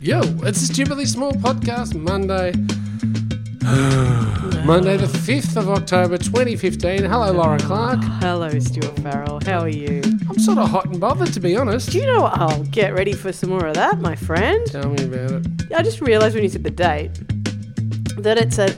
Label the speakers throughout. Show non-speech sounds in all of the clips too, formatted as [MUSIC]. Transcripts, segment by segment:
Speaker 1: Yo, it's a stupidly small podcast Monday. [SIGHS] Monday, the 5th of October 2015. Hello, Laura Clark.
Speaker 2: Hello, Stuart Farrell. How are you?
Speaker 1: I'm sort of hot and bothered, to be honest.
Speaker 2: Do you know what? I'll get ready for some more of that, my friend.
Speaker 1: Tell me about it.
Speaker 2: I just realised when you said the date that it's a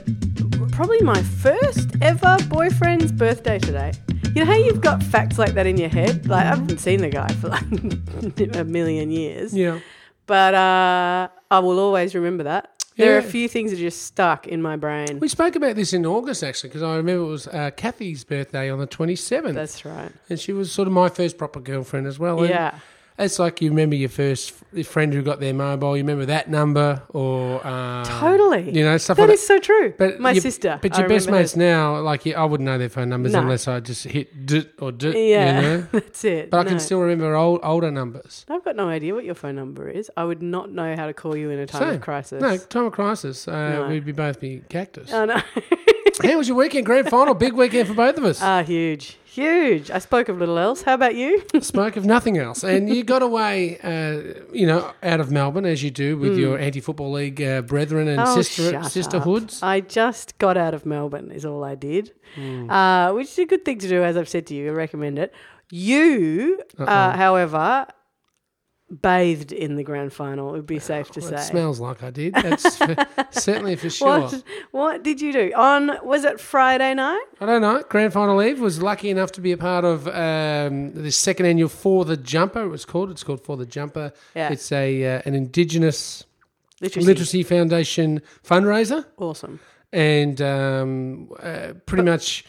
Speaker 2: probably my first ever boyfriend's birthday today. You know how you've got facts like that in your head? Like, I haven't seen the guy for like [LAUGHS] a million years.
Speaker 1: Yeah.
Speaker 2: But uh, I will always remember that. There are a
Speaker 1: Yeah.
Speaker 2: few things that are just stuck in my brain.
Speaker 1: We spoke about this in August, actually, because I remember it was uh, Kathy's birthday on the 27th.
Speaker 2: That's right.
Speaker 1: and she was sort of my first proper girlfriend as well. And
Speaker 2: Yeah.
Speaker 1: It's like you remember your first f- friend who got their mobile, you remember that number or. Uh,
Speaker 2: Totally.
Speaker 1: You know, stuff
Speaker 2: That
Speaker 1: like
Speaker 2: is so true. But my
Speaker 1: your-
Speaker 2: sister.
Speaker 1: But
Speaker 2: I
Speaker 1: your best
Speaker 2: remember
Speaker 1: mates now, like you, I wouldn't know their phone numbers
Speaker 2: No.
Speaker 1: unless I just hit d or d.
Speaker 2: her. Yeah,
Speaker 1: [LAUGHS] You know?
Speaker 2: [LAUGHS] that's it.
Speaker 1: But I
Speaker 2: No.
Speaker 1: can still remember old, older numbers.
Speaker 2: I've got no idea what your phone number is. I would not know how to call you in a time
Speaker 1: Same.
Speaker 2: of crisis.
Speaker 1: No, time of crisis, uh,
Speaker 2: No.
Speaker 1: we'd be both be cactus.
Speaker 2: Oh, no.
Speaker 1: [LAUGHS] How was your weekend? Grand final, big weekend for both of us.
Speaker 2: [LAUGHS] [LAUGHS] ah, huge. Huge. I spoke of little else. How
Speaker 1: [LAUGHS]
Speaker 2: about you?
Speaker 1: Spoke of nothing else, and you got away, uh, you know, out of Melbourne as you do with your anti-football league uh, brethren and
Speaker 2: Hmm. Oh,
Speaker 1: sister
Speaker 2: shut up.
Speaker 1: sisterhoods.
Speaker 2: I just got out of Melbourne, is all I did,
Speaker 1: Hmm.
Speaker 2: uh, which is a good thing to do, as I've said to you. I recommend it. You, uh, however, bathed in the grand final, it would be safe to
Speaker 1: Well,
Speaker 2: say.
Speaker 1: it smells like I did. That's
Speaker 2: [LAUGHS]
Speaker 1: for, certainly for sure.
Speaker 2: What, [LAUGHS] what did you do? On, was it Friday night?
Speaker 1: I don't know. Grand Final Eve was lucky enough to be a part of um, the second annual For the Jumper. It was called. It's called For the Jumper.
Speaker 2: Yeah.
Speaker 1: It's a uh, an Indigenous
Speaker 2: Literacy.
Speaker 1: Literacy, Foundation fundraiser,
Speaker 2: Awesome.
Speaker 1: and um, uh, pretty much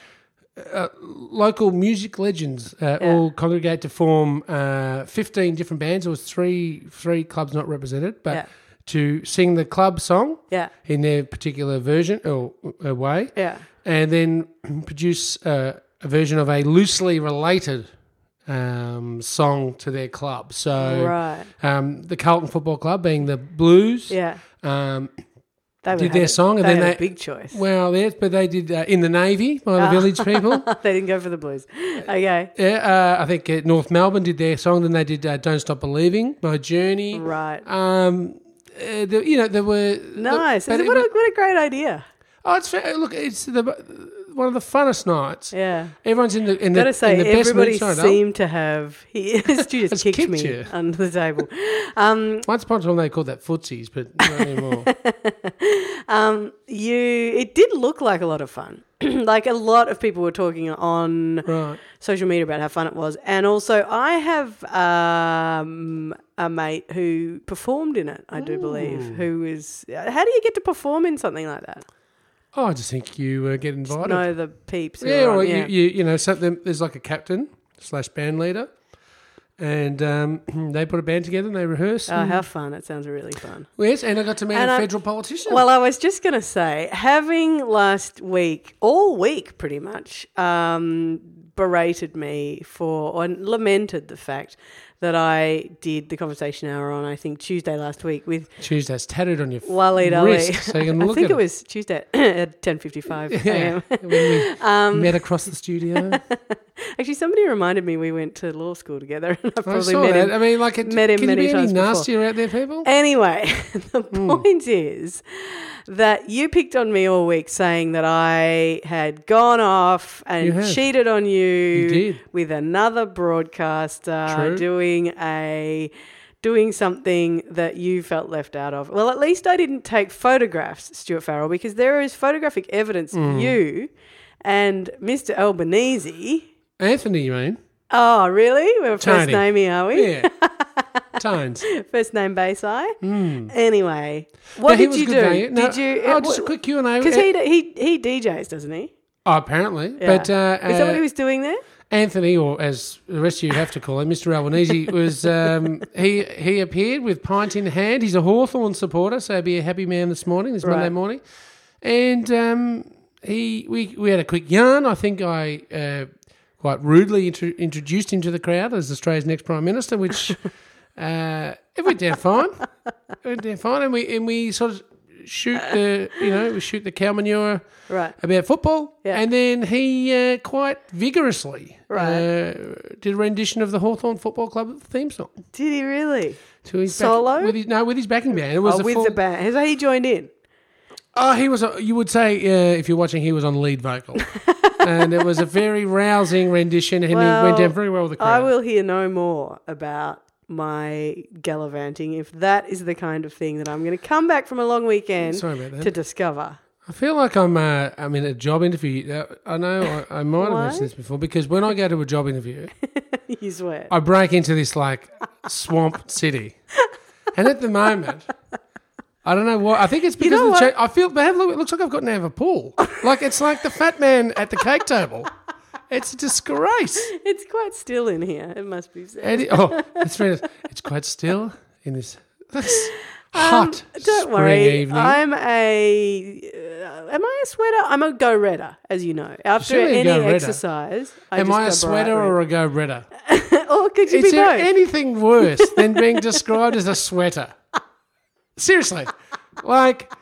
Speaker 1: uh, local music legends uh,
Speaker 2: Yeah.
Speaker 1: all congregate to form uh, fifteen different bands. There was three three clubs not represented, but
Speaker 2: Yeah.
Speaker 1: to sing the club song
Speaker 2: Yeah.
Speaker 1: in their particular version or uh, way
Speaker 2: Yeah.
Speaker 1: and then [CLEARS THROAT] produce uh, a version of a loosely related um, song to their club. So
Speaker 2: Right.
Speaker 1: um, the Carlton Football Club, being the Blues,
Speaker 2: Yeah.
Speaker 1: um,
Speaker 2: They
Speaker 1: did their song, and
Speaker 2: they
Speaker 1: then
Speaker 2: had
Speaker 1: they
Speaker 2: a big Ah. choice.
Speaker 1: well, yes, but they did uh, in the Navy by the Village
Speaker 2: [LAUGHS]
Speaker 1: People.
Speaker 2: they didn't go for the blues. Okay,
Speaker 1: Yeah, uh, I think uh, North Melbourne did their song. Then they did uh, "Don't Stop Believing" by Journey.
Speaker 2: right.
Speaker 1: Um, uh, there, you know there were
Speaker 2: nice.
Speaker 1: but
Speaker 2: Is it-
Speaker 1: it
Speaker 2: what,
Speaker 1: was-
Speaker 2: a, what a great idea.
Speaker 1: oh, it's fair. look, it's the, one of the funnest nights.
Speaker 2: Yeah.
Speaker 1: Everyone's in the in the,
Speaker 2: Gotta say,
Speaker 1: in the best
Speaker 2: everybody
Speaker 1: mood. Sorry, Dale.
Speaker 2: seemed to have. He,
Speaker 1: [LAUGHS]
Speaker 2: [LAUGHS] Stu just
Speaker 1: Has
Speaker 2: kicked,
Speaker 1: kicked
Speaker 2: me
Speaker 1: you.
Speaker 2: under the table. Um, [LAUGHS]
Speaker 1: Once upon a time, they called that footsies, but not anymore.
Speaker 2: um, you. It did look like a lot of fun. [CLEARS THROAT] like a lot of people were talking on
Speaker 1: right.
Speaker 2: social media about how fun it was. And also, I have um, a mate who performed in it,
Speaker 1: Oh.
Speaker 2: I do believe, who is. How do you get to perform in something like that?
Speaker 1: Oh, I just think you uh, get invited.
Speaker 2: Know the peeps. who
Speaker 1: yeah,
Speaker 2: are on,
Speaker 1: or You, you you know something. There's like a captain slash band leader, and um, [CLEARS THROAT] they put a band together and they rehearse.
Speaker 2: Oh, how fun. It sounds really fun.
Speaker 1: yes, and I got to meet
Speaker 2: And
Speaker 1: a
Speaker 2: I-
Speaker 1: federal politician.
Speaker 2: Well, I was just going to say, having last week, all week pretty much, um, berated me for, or lamented the fact that I did the conversation hour on, I think, Tuesday last week with
Speaker 1: Tuesday's tattooed on your f-
Speaker 2: Waleed Ali.
Speaker 1: wrist, so you can
Speaker 2: [LAUGHS] I
Speaker 1: look
Speaker 2: think
Speaker 1: at
Speaker 2: it was Tuesday [COUGHS] at 10.55
Speaker 1: [LAUGHS] Yeah,
Speaker 2: a.m.
Speaker 1: when
Speaker 2: [LAUGHS]
Speaker 1: we
Speaker 2: um,
Speaker 1: met across the studio.
Speaker 2: Actually, somebody reminded me we went to law school together [LAUGHS] and I
Speaker 1: I
Speaker 2: probably
Speaker 1: saw
Speaker 2: met
Speaker 1: that.
Speaker 2: him.
Speaker 1: I mean, like, it,
Speaker 2: met him
Speaker 1: can
Speaker 2: many
Speaker 1: you be any
Speaker 2: times before.
Speaker 1: nastier out there, people?
Speaker 2: Anyway, [LAUGHS] the
Speaker 1: Hmm.
Speaker 2: point is that you picked on me all week saying that I had gone off
Speaker 1: You
Speaker 2: and
Speaker 1: have.
Speaker 2: cheated on you,
Speaker 1: did.
Speaker 2: with another broadcaster
Speaker 1: True.
Speaker 2: doing a doing something that you felt left out of. Well, at least I didn't take photographs, Stuart Farrell, because there is photographic evidence
Speaker 1: Hmm.
Speaker 2: of you and Mr. Albanese.
Speaker 1: Anthony, you mean?
Speaker 2: Oh, really? We're first
Speaker 1: Tony.
Speaker 2: namey, are we? [LAUGHS]
Speaker 1: Yeah. Tones.
Speaker 2: First name base I. Anyway, what
Speaker 1: No, Hmm. he
Speaker 2: did
Speaker 1: was
Speaker 2: you
Speaker 1: good
Speaker 2: do?
Speaker 1: value. No,
Speaker 2: did you? uh,
Speaker 1: Oh, just a quick Q and A.
Speaker 2: Because he, he he DJs, doesn't he?
Speaker 1: Oh, apparently.
Speaker 2: Yeah.
Speaker 1: But uh,
Speaker 2: is that what
Speaker 1: uh,
Speaker 2: he was doing there?
Speaker 1: Anthony, or as the rest of you have to call him, Mr. Albanese, was
Speaker 2: [LAUGHS]
Speaker 1: um, he he appeared with pint in hand. He's a Hawthorn supporter, so be a happy man this morning, this Monday
Speaker 2: Right.
Speaker 1: morning. And um, he we we had a quick yarn. I think I uh, quite rudely intro- introduced him to the crowd as Australia's next prime minister,
Speaker 2: [LAUGHS]
Speaker 1: which uh, it went down fine. It went down fine, and we and we sort of shoot the you know we shoot the cow manure
Speaker 2: Right.
Speaker 1: about football,
Speaker 2: Yeah.
Speaker 1: and then he uh, quite vigorously
Speaker 2: Right.
Speaker 1: uh, did a rendition of the Hawthorn Football Club theme song.
Speaker 2: Did he really?
Speaker 1: To his back-
Speaker 2: Solo?
Speaker 1: with his, no, with his backing band. It was
Speaker 2: Oh,
Speaker 1: a
Speaker 2: with
Speaker 1: full-
Speaker 2: the band. So he joined in.
Speaker 1: Oh, he was. a- You would say uh, if you're watching, he was on lead
Speaker 2: [LAUGHS]
Speaker 1: vocal, and it was a very rousing rendition, and he
Speaker 2: Well,
Speaker 1: went down very well with the
Speaker 2: I
Speaker 1: crowd.
Speaker 2: will hear no more about my gallivanting if that is the kind of thing that I'm going to come back from a long weekend
Speaker 1: Sorry about that.
Speaker 2: to discover. [LAUGHS]
Speaker 1: I feel like I'm. Uh, I'm in a job interview. Uh, I know I, I might have mentioned this before because when I go to a job interview,
Speaker 2: you swear.
Speaker 1: I break into this like swamp city, and at the moment. I don't know what. I think it's because
Speaker 2: know
Speaker 1: of the
Speaker 2: what?
Speaker 1: cha- I feel, but have a look. It looks like I've gotten out of a pool. Like it's like the fat man at the cake table. It's a disgrace.
Speaker 2: It's quite still in here. It must be said.
Speaker 1: Eddie, oh, it's very nice. It's quite still in this, this hot
Speaker 2: Um, Don't
Speaker 1: spring
Speaker 2: worry.
Speaker 1: evening.
Speaker 2: I'm a. Uh, am I a sweater? I'm a go redder, as you know. After
Speaker 1: Surely a
Speaker 2: any
Speaker 1: go-redder.
Speaker 2: exercise, I
Speaker 1: Am I a
Speaker 2: just go bright
Speaker 1: sweater
Speaker 2: red.
Speaker 1: or a go redder?
Speaker 2: [LAUGHS] or could you
Speaker 1: Is
Speaker 2: be
Speaker 1: there
Speaker 2: both?
Speaker 1: anything worse than being described as a sweater? Seriously, like,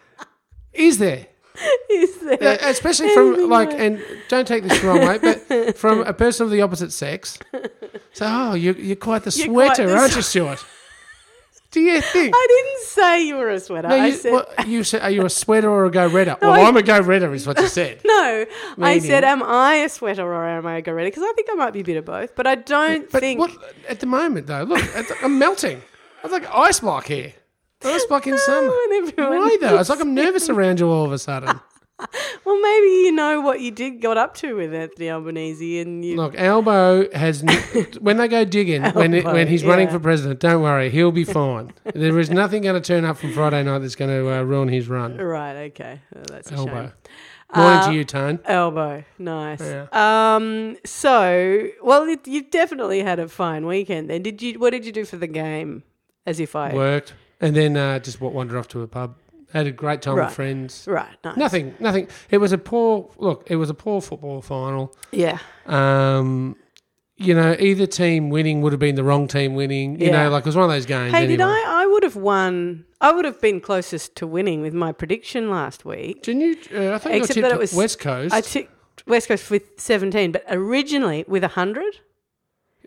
Speaker 1: is there?
Speaker 2: [LAUGHS] Is there?
Speaker 1: Uh, Especially from
Speaker 2: Anything
Speaker 1: like,
Speaker 2: worse.
Speaker 1: and don't take this the wrong way, but from a person of the opposite sex. So, oh, you, you're quite the
Speaker 2: You're quite
Speaker 1: sweater,
Speaker 2: the
Speaker 1: aren't you, Stuart? Do you think?
Speaker 2: [LAUGHS] I didn't say you were a sweater.
Speaker 1: No,
Speaker 2: I
Speaker 1: you,
Speaker 2: said
Speaker 1: what- you said, are you a sweater or a go redder? well,
Speaker 2: I-
Speaker 1: I'm a go redder, is what you
Speaker 2: [LAUGHS]
Speaker 1: said.
Speaker 2: [LAUGHS] No, I
Speaker 1: Maybe.
Speaker 2: said, am I a sweater or am I a gorilla? Because I think I might be a bit of both, but I don't
Speaker 1: But
Speaker 2: think.
Speaker 1: what, at the moment, though, look, it's, I'm melting. I'm like ice block here. Ice block in summer.
Speaker 2: Oh, and [LAUGHS] everyone
Speaker 1: Why though? It's like I'm nervous around you all of a sudden.
Speaker 2: [LAUGHS] Well, maybe you know what you did got up to with Anthony Albanese, and you.
Speaker 1: Look, Albo has n-
Speaker 2: [LAUGHS]
Speaker 1: when they go digging when it, when he's
Speaker 2: Albo,
Speaker 1: running
Speaker 2: yeah.
Speaker 1: for president. Don't worry, he'll be fine. there is nothing going to turn up from Friday night that's going to uh, ruin his run.
Speaker 2: Right, okay, Oh, that's a shame.
Speaker 1: Albo, mine to you, Tone.
Speaker 2: Elbow, nice.
Speaker 1: Yeah.
Speaker 2: Um, so, well, it, you definitely had a fine weekend. Then, did you? What did you do for the game? As if I
Speaker 1: Worked and then uh, just wa- wandered off to a pub. Had a great time
Speaker 2: Right.
Speaker 1: with friends.
Speaker 2: right, nice.
Speaker 1: Nothing, nothing. It was a poor look. It was a poor football final.
Speaker 2: Yeah,
Speaker 1: Um, you know, either team winning would have been the wrong team winning. You
Speaker 2: Yeah.
Speaker 1: know, like it was one of those games.
Speaker 2: Hey, did
Speaker 1: anyway.
Speaker 2: I? I would have won. I would have been closest to winning with my prediction last week.
Speaker 1: Didn't you? Uh, I thought you got
Speaker 2: Except
Speaker 1: tipped
Speaker 2: that it
Speaker 1: at
Speaker 2: was-
Speaker 1: West Coast.
Speaker 2: I ticked West Coast with 17, but originally with 100.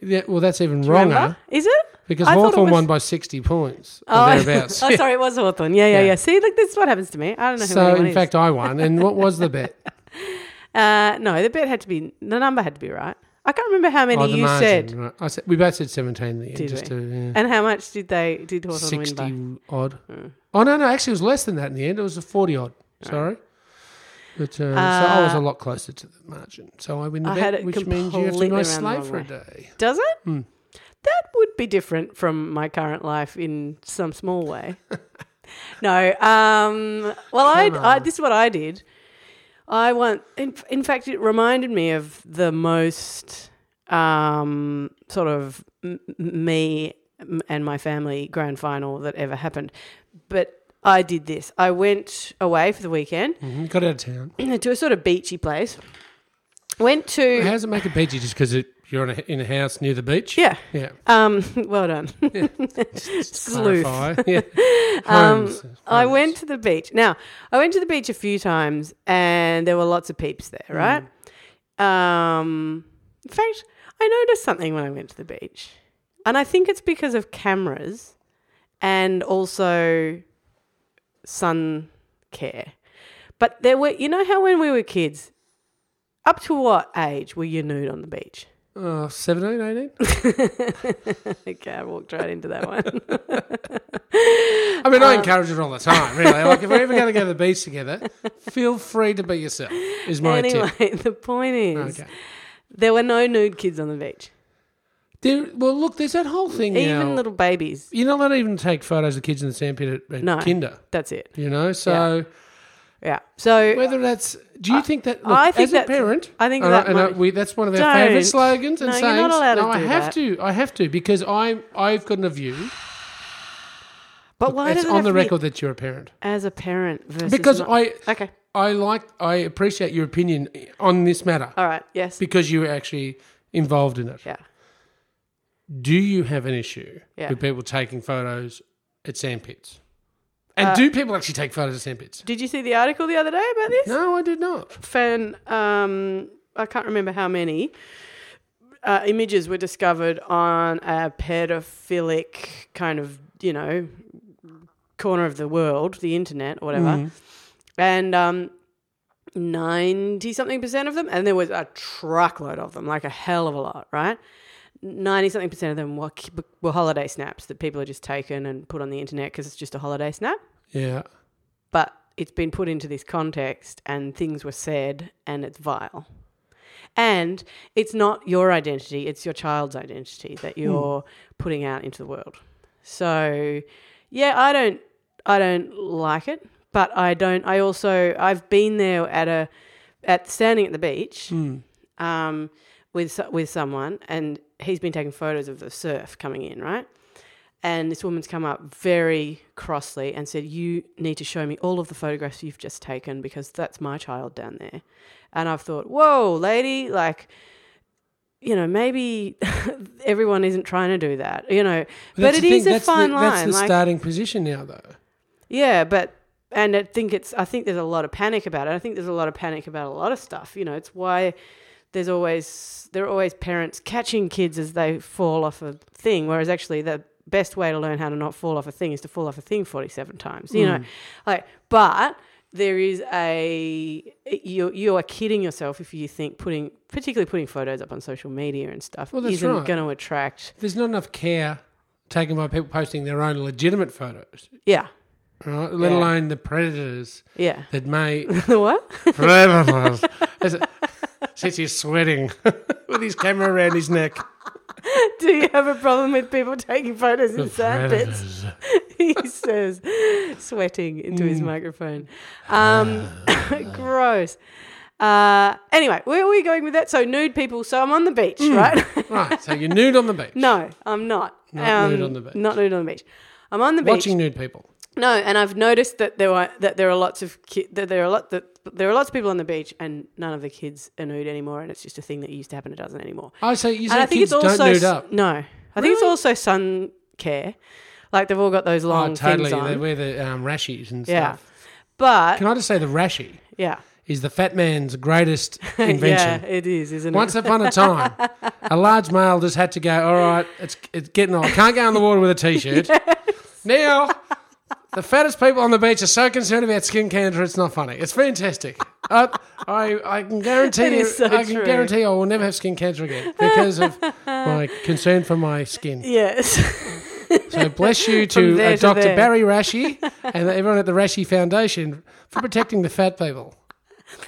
Speaker 1: yeah, well, that's even wronger
Speaker 2: Remember? Is it?
Speaker 1: because
Speaker 2: I thought it
Speaker 1: Hawthorn
Speaker 2: was-
Speaker 1: won by sixty points or
Speaker 2: Oh, [LAUGHS] I-
Speaker 1: thereabouts. [LAUGHS]
Speaker 2: oh, sorry, it was Hawthorn. Yeah, yeah, yeah,
Speaker 1: Yeah.
Speaker 2: See, look, this is what happens to me. I don't know who
Speaker 1: so
Speaker 2: anyone
Speaker 1: in fact, I won. And what was the
Speaker 2: [LAUGHS]
Speaker 1: bet?
Speaker 2: is. Uh, no, the bet had to be, the number had to be right. I can't remember how many
Speaker 1: oh, the
Speaker 2: you
Speaker 1: margin.
Speaker 2: said.
Speaker 1: right. I said we both said seventeen. In the end,
Speaker 2: Did
Speaker 1: just
Speaker 2: we?
Speaker 1: to, yeah,
Speaker 2: [LAUGHS] And how much did they, did Hawthorn
Speaker 1: sixty
Speaker 2: win
Speaker 1: odd.
Speaker 2: Hmm.
Speaker 1: Oh no, no, actually, it was less than that in the end. It was a forty odd. Sorry. But, uh, so I was
Speaker 2: Uh,
Speaker 1: a lot closer to the margin. So I win the
Speaker 2: I had
Speaker 1: bet,
Speaker 2: it
Speaker 1: which means you have to
Speaker 2: completely
Speaker 1: be my
Speaker 2: around the
Speaker 1: slave
Speaker 2: wrong
Speaker 1: for a
Speaker 2: way.
Speaker 1: day.
Speaker 2: by? Does it?
Speaker 1: Hmm.
Speaker 2: That would be different from my current life in some small way. [LAUGHS] no. Um, well, I,
Speaker 1: Come
Speaker 2: I
Speaker 1: on.
Speaker 2: this is what I did. I want. In, in fact, it reminded me of the most um, sort of m- m- me m- and my family grand final that ever happened. But I did this. I went away for the weekend [CLEARS THROAT]
Speaker 1: Mhm, Got out of town.
Speaker 2: to a sort of beachy place. Went to
Speaker 1: How does it make it beachy? Just because you're in a, in a house near the beach?
Speaker 2: yeah.
Speaker 1: Yeah.
Speaker 2: Um, [LAUGHS] well done. [LAUGHS] Sleuth.
Speaker 1: Clarify. Yeah.
Speaker 2: Um,
Speaker 1: Homes.
Speaker 2: I
Speaker 1: Homes.
Speaker 2: went to the beach. Now, I went to the beach a few times and there were lots of peeps there, right? Um, in fact, I noticed something when I went to the beach. And I think it's because of cameras and also sun care. But there were, you know how when we were kids, up to what age were you nude on the beach? [LAUGHS]
Speaker 1: Oh, 17, 18?
Speaker 2: Okay, I walked right into that one. [LAUGHS]
Speaker 1: I mean,
Speaker 2: Um,
Speaker 1: I encourage it all the time, really. Like, if we're ever going to go to the beach together, feel free to be yourself, is my
Speaker 2: anyway, [LAUGHS]
Speaker 1: tip.
Speaker 2: the point is
Speaker 1: Okay.
Speaker 2: there were no nude kids on the beach.
Speaker 1: There, well, look, there's that whole thing
Speaker 2: Even
Speaker 1: now.
Speaker 2: little babies.
Speaker 1: You're not allowed to even take photos of kids in the sandpit at, at
Speaker 2: No.
Speaker 1: kinder,
Speaker 2: That's it.
Speaker 1: you know? So,
Speaker 2: Yeah. So
Speaker 1: whether that's. Do you think that. Look,
Speaker 2: I think
Speaker 1: as a
Speaker 2: that's-
Speaker 1: parent.
Speaker 2: I think
Speaker 1: and
Speaker 2: that
Speaker 1: I, and I-
Speaker 2: might-
Speaker 1: we, that's one of our
Speaker 2: Don't.
Speaker 1: favourite slogans and
Speaker 2: No, you're
Speaker 1: sayings.
Speaker 2: not allowed to
Speaker 1: no, I
Speaker 2: do
Speaker 1: have
Speaker 2: that.
Speaker 1: to. I have to because I'm, I've gotten a view.
Speaker 2: but why
Speaker 1: it's
Speaker 2: does it
Speaker 1: on
Speaker 2: have
Speaker 1: the
Speaker 2: to be
Speaker 1: record that you're a parent.
Speaker 2: as a parent versus
Speaker 1: Because
Speaker 2: not-
Speaker 1: I
Speaker 2: Okay.
Speaker 1: I like I appreciate your opinion on this matter
Speaker 2: All right. Yes.
Speaker 1: because you were actually involved in it.
Speaker 2: yeah.
Speaker 1: Do you have an issue
Speaker 2: Yeah.
Speaker 1: with people taking photos at sandpits? And
Speaker 2: Uh,
Speaker 1: do people actually take photos of sandpits?
Speaker 2: Did you see the article the other day about this?
Speaker 1: No, I did not.
Speaker 2: fan um, I can't remember how many uh, images were discovered on a pedophilic kind of you know corner of the world, the internet or whatever, and um, ninety something percent of them, and there was a truckload of them, like a hell of a lot, right? Ninety something percent of them were, were holiday snaps that people had just taken and put on the internet because it's just a holiday snap
Speaker 1: Yeah.
Speaker 2: but it's been put into this context and things were said and it's vile. And it's not your identity, it's your child's identity that you're putting out into the world. So yeah, I don't I don't like it, but I don't I also I've been there at a at standing at the beach
Speaker 1: Hmm.
Speaker 2: um, with so- with someone, and he's been taking photos of the surf coming in, right? And this woman's come up very crossly and said, "You need to show me all of the photographs you've just taken because that's my child down there." And I've thought, "Whoa, lady, like." You know, maybe [LAUGHS] everyone isn't trying to do that. You know, but,
Speaker 1: that's
Speaker 2: it
Speaker 1: the
Speaker 2: is
Speaker 1: thing,
Speaker 2: a
Speaker 1: that's the-
Speaker 2: fine line.
Speaker 1: That's the
Speaker 2: like,
Speaker 1: starting position now, though.
Speaker 2: yeah, but and I think it's I think there's a lot of panic about it. I think there's a lot of panic about a lot of stuff. You know, it's why there's always there are always parents catching kids as they fall off a thing, whereas actually the best way to learn how to not fall off a thing is to fall off a thing 47 times. You know, like but there is a you you are kidding yourself if you think putting particularly putting photos up on social media and stuff
Speaker 1: Well, that's
Speaker 2: isn't
Speaker 1: right.
Speaker 2: going to attract
Speaker 1: There's not enough care taken by people posting their own legitimate photos,
Speaker 2: yeah
Speaker 1: right? Let
Speaker 2: Yeah.
Speaker 1: alone the predators
Speaker 2: [LAUGHS] yeah
Speaker 1: that may [LAUGHS]
Speaker 2: what
Speaker 1: predators. As it- Since he's sweating [LAUGHS] with his camera around his neck.
Speaker 2: Do you have a problem with people taking photos in sandpits?
Speaker 1: Predators.
Speaker 2: [LAUGHS] He says, sweating into
Speaker 1: Mm.
Speaker 2: his microphone. Um,
Speaker 1: Ah.
Speaker 2: [LAUGHS] gross. Uh, anyway, where are we going with that? So nude people. So I'm on the beach,
Speaker 1: Mm.
Speaker 2: right? [LAUGHS]
Speaker 1: Right, so you're nude on the beach.
Speaker 2: no, I'm not. Um,
Speaker 1: Not nude on the beach.
Speaker 2: Not nude on the beach. I'm on the beach.
Speaker 1: Watching nude people.
Speaker 2: No, and I've noticed that there are that there are lots of ki- that there are a lot that there are lots of people on the beach, and none of the kids are nude anymore, and it's just a thing that used to happen. It doesn't anymore.
Speaker 1: I say you
Speaker 2: And
Speaker 1: say
Speaker 2: I think
Speaker 1: kids
Speaker 2: it's also
Speaker 1: don't nude
Speaker 2: s-
Speaker 1: up.
Speaker 2: No, I think it's also sun care. Like they've all got those long
Speaker 1: Oh, totally.
Speaker 2: things on.
Speaker 1: They wear the um, rashies and
Speaker 2: yeah,
Speaker 1: stuff.
Speaker 2: but
Speaker 1: Can I just say the rashie
Speaker 2: yeah,
Speaker 1: is the fat man's greatest invention.
Speaker 2: [LAUGHS] yeah, it is, isn't
Speaker 1: Once upon a time, a large male just had to go, all right, it's, it's getting old. Can't go in the water with a t
Speaker 2: [LAUGHS]
Speaker 1: shirt. Now, the fattest people on the beach are so concerned about skin cancer, it's not funny. It's fantastic. I, I, I can guarantee you,
Speaker 2: is so
Speaker 1: I can
Speaker 2: true.
Speaker 1: guarantee I will never have skin cancer again because of my concern for my skin.
Speaker 2: it? Yes, [LAUGHS]
Speaker 1: So bless you
Speaker 2: From
Speaker 1: to
Speaker 2: there
Speaker 1: uh,
Speaker 2: to
Speaker 1: Dr.
Speaker 2: there.
Speaker 1: Barry
Speaker 2: [LAUGHS]
Speaker 1: Rashi and everyone at the Rashi Foundation for protecting the fat people.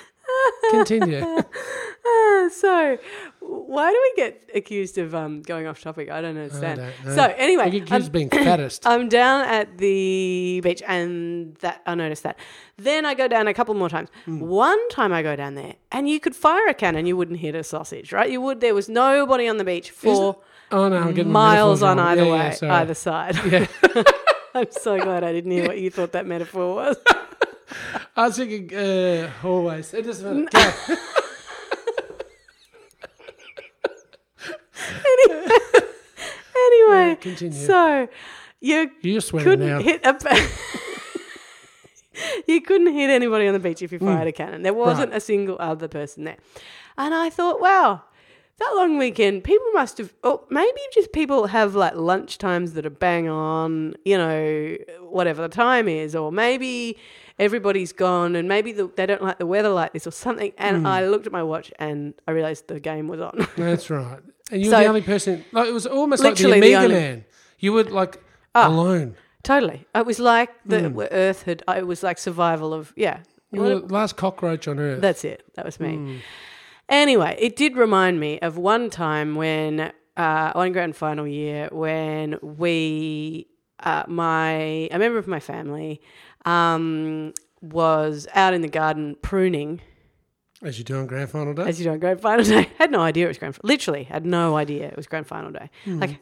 Speaker 2: [LAUGHS]
Speaker 1: Continue.
Speaker 2: Ah, so why do we get accused of um, going off topic? I don't understand.
Speaker 1: don't know.
Speaker 2: So anyway,
Speaker 1: You get
Speaker 2: I'm-
Speaker 1: accused of being
Speaker 2: [COUGHS]
Speaker 1: fattest.
Speaker 2: I'm down at the beach, and that I noticed that. Then I go down a couple more times.
Speaker 1: Hmm.
Speaker 2: One time I go down there, and you could fire a cannon, you wouldn't hit a sausage, right? You would. There was nobody on the beach for
Speaker 1: Oh no, I'm getting my
Speaker 2: miles
Speaker 1: metaphors
Speaker 2: on
Speaker 1: wrong.
Speaker 2: either
Speaker 1: Yeah,
Speaker 2: way,
Speaker 1: yeah, sorry. [LAUGHS]
Speaker 2: either side. [LAUGHS] I'm so glad I didn't hear what you thought that metaphor
Speaker 1: [LAUGHS]
Speaker 2: was.
Speaker 1: I was thinking uh, always. It doesn't
Speaker 2: [LAUGHS]
Speaker 1: matter. Go.
Speaker 2: anyway,
Speaker 1: continue.
Speaker 2: so you
Speaker 1: You're sweating
Speaker 2: couldn't
Speaker 1: now.
Speaker 2: hit a. [LAUGHS] you couldn't hit anybody on the beach if you fired a cannon. There wasn't
Speaker 1: Right.
Speaker 2: a single other person there, and I thought, wow. That long weekend, people must have, or maybe just people have like lunch times that are bang on, you know, whatever the time is, or maybe everybody's gone and maybe the, they don't like the weather like this or something. And I looked at my watch and I realized the game was on. [LAUGHS]
Speaker 1: That's right. And you were
Speaker 2: So-
Speaker 1: the only person. Like, it was almost like the
Speaker 2: Literally the
Speaker 1: Amiga
Speaker 2: only- Ah.
Speaker 1: man. You were like alone.
Speaker 2: Totally. It was like the earth had, uh, it was like survival of, yeah.
Speaker 1: Hmm. You were Hmm. the last cockroach on earth.
Speaker 2: That's it. That was me. Anyway, it did remind me of one time when, uh, one grand final year, when we, uh, my, a member of my family, um, was out in the garden pruning,
Speaker 1: As you do on grand final day.
Speaker 2: as you know, grand final day. [LAUGHS] Had no idea it was grand. Literally, had no idea it was grand final day.
Speaker 1: Hmm.
Speaker 2: Like,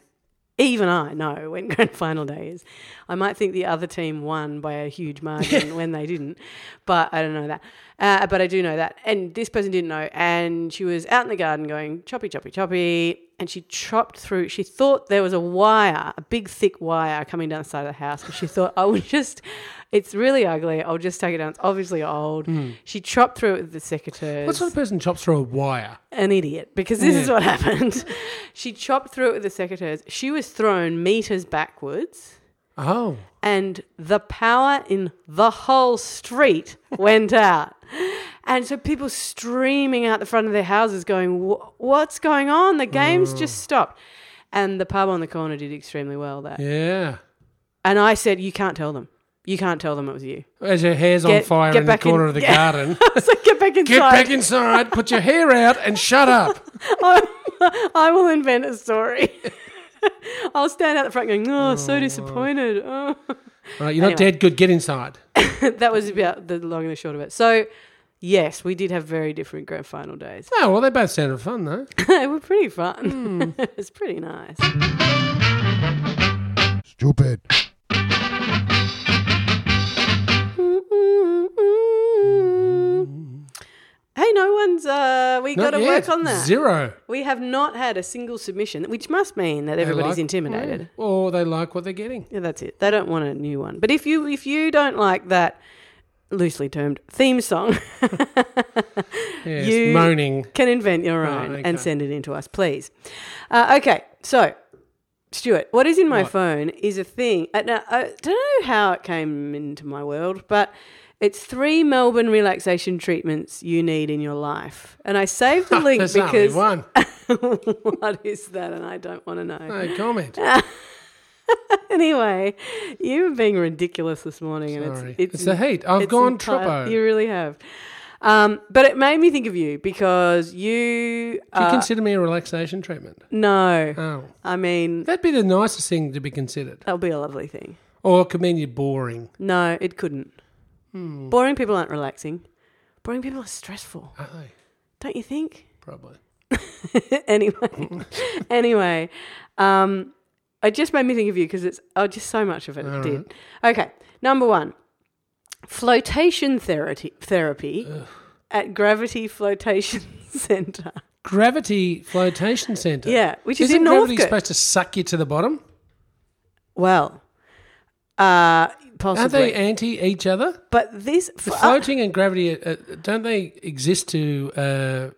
Speaker 2: even I know when [LAUGHS] grand final day is. I might think the other team won by a huge margin when they didn't, but I don't know that. Uh, but I do know that. And this person didn't know. And she was out in the garden going choppy, choppy, choppy. and she chopped through. She thought there was a wire, a big thick wire coming down the side of the house. And she thought, I would just, it's really ugly. I'll just take it down. It's obviously old. She chopped through it with the secateurs.
Speaker 1: Hmm. What sort of person chops through a wire?
Speaker 2: an idiot because this is what [LAUGHS] happened. she chopped through it with the secateurs. She was thrown meters backwards,
Speaker 1: Oh.
Speaker 2: and the power in the whole street [LAUGHS] went out. And so people streaming out the front of their houses going, "Wha- What's going on? The game's just stopped. And the pub on the corner did extremely well there.
Speaker 1: Yeah.
Speaker 2: And I said, You can't tell them. You can't tell them it was you. [LAUGHS]
Speaker 1: As your hair's on
Speaker 2: Get-
Speaker 1: fire
Speaker 2: get
Speaker 1: in the
Speaker 2: back in-
Speaker 1: corner of the
Speaker 2: yeah. [LAUGHS]
Speaker 1: garden.
Speaker 2: so get back inside.
Speaker 1: Get back inside, put your hair out, and shut
Speaker 2: [LAUGHS]
Speaker 1: up.
Speaker 2: I, I will invent a story. [LAUGHS] I'll stand out the front going, oh, so disappointed. [LAUGHS] Oh.
Speaker 1: All right, you're not
Speaker 2: Anyway.
Speaker 1: dead. Good. Get inside.
Speaker 2: that was about the long and the short of it. So, yes, we did have very different grand final days. [LAUGHS]
Speaker 1: Oh, well, they both sounded fun, though.
Speaker 2: they were pretty
Speaker 1: Hmm.
Speaker 2: [LAUGHS] fun. It's pretty nice. [LAUGHS]
Speaker 3: Stupid.
Speaker 2: Hey, no one's. Uh, we got
Speaker 1: Not
Speaker 2: to
Speaker 1: yet.
Speaker 2: work on that.
Speaker 1: Zero.
Speaker 2: We have not had a single submission, which must mean that
Speaker 1: They
Speaker 2: everybody's
Speaker 1: like-
Speaker 2: intimidated.
Speaker 1: Yeah. Or they like what they're getting.
Speaker 2: Yeah, that's it. They don't want a new one. But if you if you don't like that loosely termed theme song, [LAUGHS]
Speaker 1: Yes,
Speaker 2: You- [LAUGHS]
Speaker 1: moaning.
Speaker 2: can invent your
Speaker 1: Right,
Speaker 2: own
Speaker 1: okay.
Speaker 2: and send it in to us, please. Uh, okay, so Stuart, what is in my phone is a thing. I, now, I don't know how it came into my world, but it's three Melbourne relaxation treatments you need in your life, and I
Speaker 1: [LAUGHS]
Speaker 2: saved the link
Speaker 1: There's
Speaker 2: because
Speaker 1: only one.
Speaker 2: [LAUGHS] what is that? And I don't want to know.
Speaker 1: No comment.
Speaker 2: [LAUGHS] Anyway, you were being ridiculous this morning, and
Speaker 1: Sorry.
Speaker 2: it's
Speaker 1: It's the heat. I've gone
Speaker 2: entire-
Speaker 1: tropo.
Speaker 2: You really have. Um, but it made me think of you because you.
Speaker 1: Do you
Speaker 2: uh,
Speaker 1: consider me a relaxation treatment?
Speaker 2: no,
Speaker 1: Oh.
Speaker 2: I mean
Speaker 1: That'd be the nicest thing to be considered.
Speaker 2: that'll be a lovely thing.
Speaker 1: Or it could mean you're boring.
Speaker 2: No, it couldn't.
Speaker 1: Hmm.
Speaker 2: Boring people aren't relaxing. Boring people are stressful,
Speaker 1: Are they?
Speaker 2: don't you think?
Speaker 1: Probably.
Speaker 2: [LAUGHS] anyway, anyway, um, it just made me think of you because it's oh, just so much of it
Speaker 1: All
Speaker 2: did. Okay, number one, flotation therapy therapy at Gravity Flotation [LAUGHS] Center.
Speaker 1: Gravity Flotation Centre.
Speaker 2: Yeah, which is
Speaker 1: Isn't
Speaker 2: in
Speaker 1: gravity
Speaker 2: Northcote.
Speaker 1: supposed to suck you to the bottom?
Speaker 2: well, uh,
Speaker 1: Aren't
Speaker 2: possibly,
Speaker 1: they anti each other?
Speaker 2: but this
Speaker 1: The
Speaker 2: uh,
Speaker 1: floating and gravity, uh, uh, don't they exist to uh,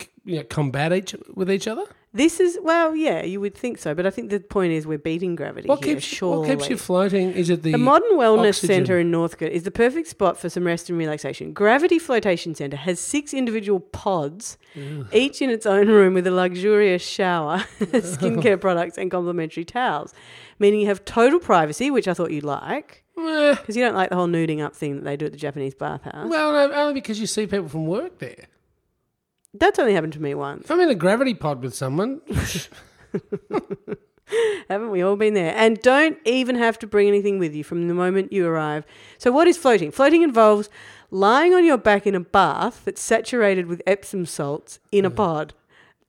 Speaker 1: c- you know, combat each with each other?
Speaker 2: this is well, yeah, you would think so, but I think the point is we're beating gravity
Speaker 1: What
Speaker 2: here.
Speaker 1: keeps you,
Speaker 2: surely.
Speaker 1: what keeps you floating? Is it the,
Speaker 2: The Modern Wellness
Speaker 1: oxygen.
Speaker 2: Centre in Northcote is the perfect spot for some rest and relaxation. Gravity Flotation Centre has six individual pods, each in its own room with a
Speaker 1: [LAUGHS]
Speaker 2: luxurious shower, [LAUGHS] skincare products, and complimentary towels, meaning you have total privacy, which I thought you'd like,
Speaker 1: Eh,
Speaker 2: because you don't like the whole nuding up thing that they do at the Japanese bathhouse.
Speaker 1: well, no, only because you see people from work there.
Speaker 2: That's only happened to me once.
Speaker 1: If I'm in a gravity pod with someone, [LAUGHS]
Speaker 2: Haven't we all been there? And don't even have to bring anything with you from the moment you arrive. So, what is floating? Floating involves lying on your back in a bath that's saturated with Epsom salts in a pod.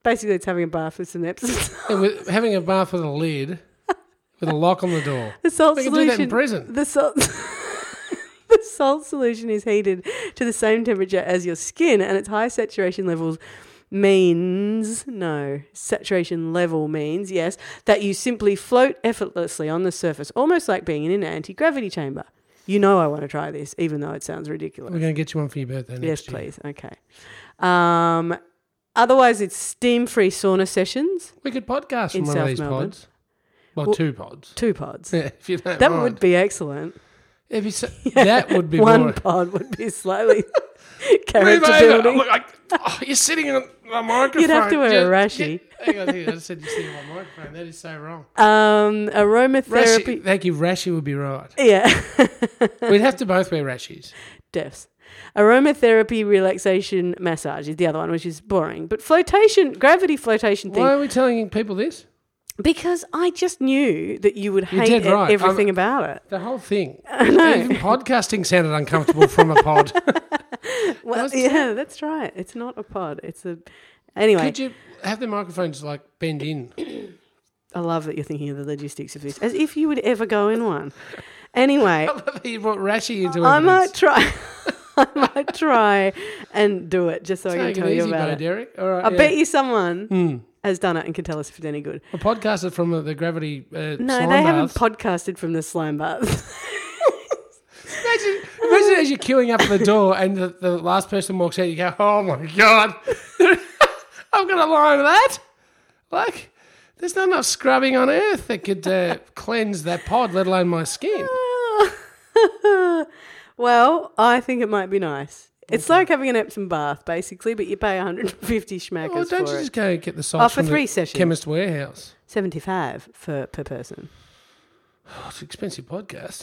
Speaker 2: Basically, it's having a bath with some Epsom [LAUGHS] salts.
Speaker 1: and with, having a bath with a lid, with a lock on the door.
Speaker 2: The salt
Speaker 1: They can do that
Speaker 2: solution.
Speaker 1: in prison.
Speaker 2: The salt. [LAUGHS] The salt solution is heated to the same temperature as your skin, and its high saturation levels means no saturation level means yes that you simply float effortlessly on the surface, almost like being in an anti-gravity chamber. You know, I want to try this, even though it sounds ridiculous.
Speaker 1: We're going to get you one for your birthday next
Speaker 2: Yes,
Speaker 1: year.
Speaker 2: please. Okay. Um, otherwise, it's steam-free sauna sessions,
Speaker 1: We could podcast from
Speaker 2: In
Speaker 1: one of
Speaker 2: South
Speaker 1: these
Speaker 2: Melbourne.
Speaker 1: pods. Well,
Speaker 2: Well-
Speaker 1: two pods. [LAUGHS]
Speaker 2: two pods.
Speaker 1: Yeah, if you don't
Speaker 2: That
Speaker 1: mind.
Speaker 2: would be excellent.
Speaker 1: If you
Speaker 2: [LAUGHS]
Speaker 1: sa- that would be
Speaker 2: One [LAUGHS]
Speaker 1: more.
Speaker 2: pod would
Speaker 1: [LAUGHS]
Speaker 2: be slightly
Speaker 1: Move
Speaker 2: character
Speaker 1: over.
Speaker 2: building.
Speaker 1: Look, I- oh, you're sitting in the microphone.
Speaker 2: You'd have to wear a
Speaker 1: Just-
Speaker 2: rashie.
Speaker 1: yeah, hang on, hang on, I said you're sitting in my microphone. That is so
Speaker 2: [LAUGHS]
Speaker 1: wrong.
Speaker 2: Um, aromatherapy.
Speaker 1: Rashi, thank you. Rashi would be right.
Speaker 2: Yeah, [LAUGHS]
Speaker 1: We'd have to both wear rashies.
Speaker 2: deafs. Aromatherapy relaxation massage is the other one, which is boring. But flotation, gravity flotation thing.
Speaker 1: Why are we telling people this?
Speaker 2: Because I just knew that you would
Speaker 1: You're
Speaker 2: hate
Speaker 1: dead
Speaker 2: e-
Speaker 1: right.
Speaker 2: everything about it.
Speaker 1: The whole
Speaker 2: [LAUGHS]
Speaker 1: thing. Even podcasting sounded uncomfortable from a pod.
Speaker 2: Well, [LAUGHS]
Speaker 1: was too-
Speaker 2: yeah, that's right. It's not a pod. It's a. Anyway,
Speaker 1: Could you have the microphone just like bend in? [LAUGHS]
Speaker 2: I love that you're thinking of the logistics of this, as if you would ever go in one.
Speaker 1: [LAUGHS]
Speaker 2: Anyway,
Speaker 1: you brought Rashi into
Speaker 2: I
Speaker 1: evidence.
Speaker 2: might try. [LAUGHS] I might try and do it just so I
Speaker 1: Take
Speaker 2: can
Speaker 1: it
Speaker 2: tell you
Speaker 1: easy,
Speaker 2: about
Speaker 1: Bo
Speaker 2: it.
Speaker 1: Derek. All right,
Speaker 2: I
Speaker 1: yeah. Hmm.
Speaker 2: bet you someone has done it and can tell us if it's any good.
Speaker 1: A podcaster from the, the Gravity uh,
Speaker 2: No,
Speaker 1: slime
Speaker 2: they
Speaker 1: baths.
Speaker 2: haven't podcasted from the slime bath.
Speaker 1: Imagine, imagine as you're queuing up at the door and the, the last person walks out, you go, oh my God, [LAUGHS] I've got a line of that. Like, there's not enough scrubbing on earth that could uh, cleanse that pod, let alone my skin.
Speaker 2: [LAUGHS] Oh, well, I think it might be nice. It's like having an Epsom bath, basically, but you pay 150 schmackers
Speaker 1: Well, Oh, don't
Speaker 2: for
Speaker 1: you
Speaker 2: it.
Speaker 1: just go get the salts
Speaker 2: Oh, for
Speaker 1: from
Speaker 2: three
Speaker 1: the
Speaker 2: sessions.
Speaker 1: chemist warehouse?
Speaker 2: 75 for per person. [LAUGHS]
Speaker 1: Oh, it's an expensive podcast.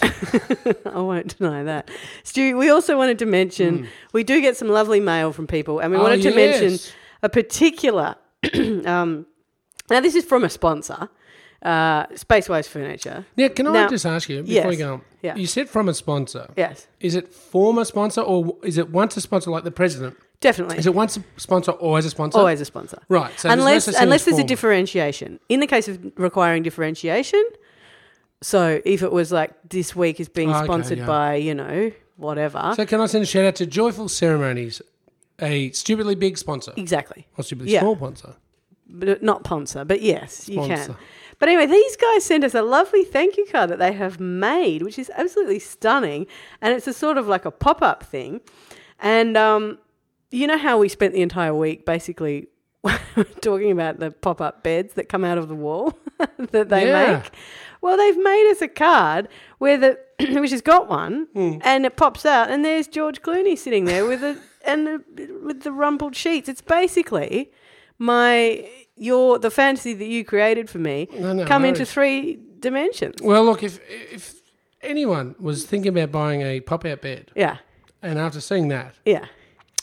Speaker 2: I won't deny that. Stu, we also wanted to mention we do get some lovely mail from people, and [LAUGHS] we
Speaker 1: Hmm. Oh,
Speaker 2: wanted to
Speaker 1: yes.
Speaker 2: mention a particular. [CLEARS THROAT] um, now, this is from a sponsor, uh, Spaceways Furniture.
Speaker 1: Now, can I
Speaker 2: Now-
Speaker 1: just ask you before
Speaker 2: Yes.
Speaker 1: we go on?
Speaker 2: Yeah.
Speaker 1: You said from a sponsor.
Speaker 2: Yes,
Speaker 1: Is it former sponsor or is it once a sponsor like the president?
Speaker 2: definitely.
Speaker 1: Is it once a sponsor, always a sponsor?
Speaker 2: Always a sponsor.
Speaker 1: Right. So there's no
Speaker 2: unless
Speaker 1: such thing
Speaker 2: unless
Speaker 1: as
Speaker 2: there's a
Speaker 1: formal.
Speaker 2: differentiation. In the case of requiring differentiation, so if it was like this week is being
Speaker 1: Oh, okay,
Speaker 2: sponsored
Speaker 1: yeah.
Speaker 2: by, you know, whatever.
Speaker 1: So can I send a shout out to Joyful Ceremonies, a stupidly big sponsor
Speaker 2: exactly.
Speaker 1: or stupidly
Speaker 2: Yeah.
Speaker 1: small sponsor?
Speaker 2: but not Ponsa, but yes, you
Speaker 1: Sponsor.
Speaker 2: can. But anyway, these guys sent us a lovely thank you card that they have made, which is absolutely stunning, and it's a sort of like a pop up thing. And um, you know how we spent the entire week basically [LAUGHS] talking about the pop up beds that come out of the wall [LAUGHS] that they
Speaker 1: Yeah.
Speaker 2: make. Well, they've made us a card where the [CLEARS THROAT] which has got one,
Speaker 1: Hmm.
Speaker 2: and it pops out, and there's George Clooney sitting there with a [LAUGHS] and a, with the rumpled sheets. It's basically my your the fantasy that you created for me
Speaker 1: No, no,
Speaker 2: come
Speaker 1: no.
Speaker 2: into three dimensions.
Speaker 1: Well, look, if if anyone was thinking about buying a pop out bed,
Speaker 2: Yeah,
Speaker 1: and after seeing that,
Speaker 2: yeah.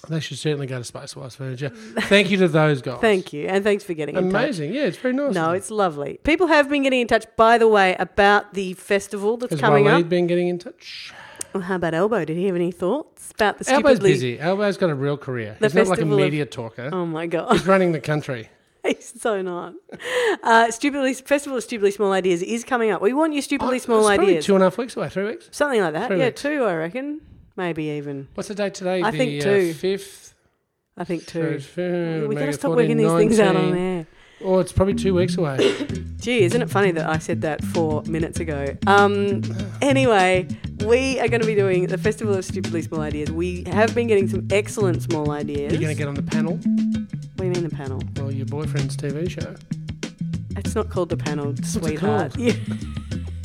Speaker 1: they should certainly go to Spacewise
Speaker 2: [LAUGHS]
Speaker 1: Furniture. Thank you to those guys.
Speaker 2: Thank you, and thanks for getting in touch.
Speaker 1: Amazing. Yeah, it's very nice.
Speaker 2: No, it's lovely. People have been getting in touch, by the way, about the festival that's
Speaker 1: Has
Speaker 2: coming
Speaker 1: Waleed
Speaker 2: up.
Speaker 1: been getting in touch?
Speaker 2: Well, how about Elbow? Did he have any thoughts about the stupidly?
Speaker 1: Elbo's busy. Elbo's got a real career.
Speaker 2: The
Speaker 1: He's not like a
Speaker 2: festival of-
Speaker 1: media talker.
Speaker 2: Oh my god.
Speaker 1: He's running the country.
Speaker 2: [LAUGHS] He's so not. Uh, stupidly Festival of Stupidly Small Ideas is coming up. We want your stupidly
Speaker 1: Oh,
Speaker 2: small
Speaker 1: it's probably
Speaker 2: ideas.
Speaker 1: Two and a half weeks away, three weeks.
Speaker 2: Something like that.
Speaker 1: Three
Speaker 2: yeah,
Speaker 1: weeks.
Speaker 2: two, I reckon. Maybe even.
Speaker 1: What's the date today?
Speaker 2: I
Speaker 1: the,
Speaker 2: think
Speaker 1: Uh,
Speaker 2: two.
Speaker 1: fifth.
Speaker 2: I think two.
Speaker 1: Third,
Speaker 2: We've got
Speaker 1: maybe
Speaker 2: to stop working these things out on
Speaker 1: 14,
Speaker 2: air.
Speaker 1: Oh, it's probably two weeks
Speaker 2: [COUGHS]
Speaker 1: away.
Speaker 2: Gee, isn't it funny that I said that four minutes ago? Um, anyway, we are going to be doing the Festival of Stupidly Small Ideas. We have been getting some excellent small ideas.
Speaker 1: You're going to get on the panel
Speaker 2: What do you mean the panel?
Speaker 1: or your boyfriend's TV show.
Speaker 2: It's not called the panel,
Speaker 1: it
Speaker 2: sweetheart. [LAUGHS] You-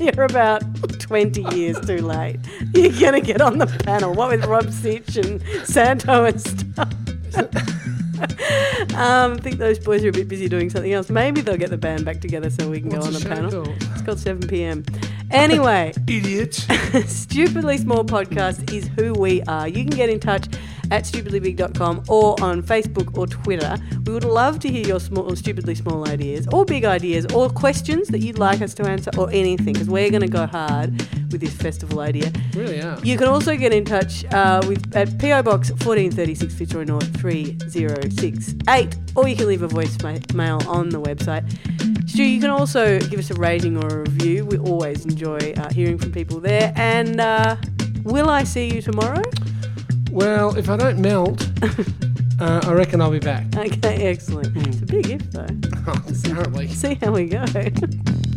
Speaker 2: You're about 20 years too late. You're going to get on the panel. What with Rob Sitch and Santo and stuff. [LAUGHS] um, I think those boys are a bit busy doing something else. Maybe they'll get the band back together so we can
Speaker 1: What's
Speaker 2: go on the
Speaker 1: show
Speaker 2: panel.
Speaker 1: called?
Speaker 2: It's called 7 p.m. Anyway,
Speaker 1: Idiot.
Speaker 2: [LAUGHS] Stupidly Small Podcast is who we are. You can get in touch at stupidlybig.com or on Facebook or Twitter. We would love to hear your small, stupidly small ideas or big ideas or questions that you'd like us to answer or anything because we're going to go hard with this festival idea.
Speaker 1: [LAUGHS] really are.
Speaker 2: You can also get in touch uh, with at PO Box 1436 Fitzroy North 3068, or you can leave a voicemail on the website. Stu, you can also give us a rating or a review. We always enjoy uh, hearing from people there. And uh, will I see you tomorrow? [LAUGHS]
Speaker 1: Well, if I don't melt, uh, I reckon I'll be
Speaker 2: [LAUGHS]
Speaker 1: back. [LAUGHS]
Speaker 2: Okay, excellent. It's a big if though.
Speaker 1: Apparently.
Speaker 2: See how we go. [LAUGHS]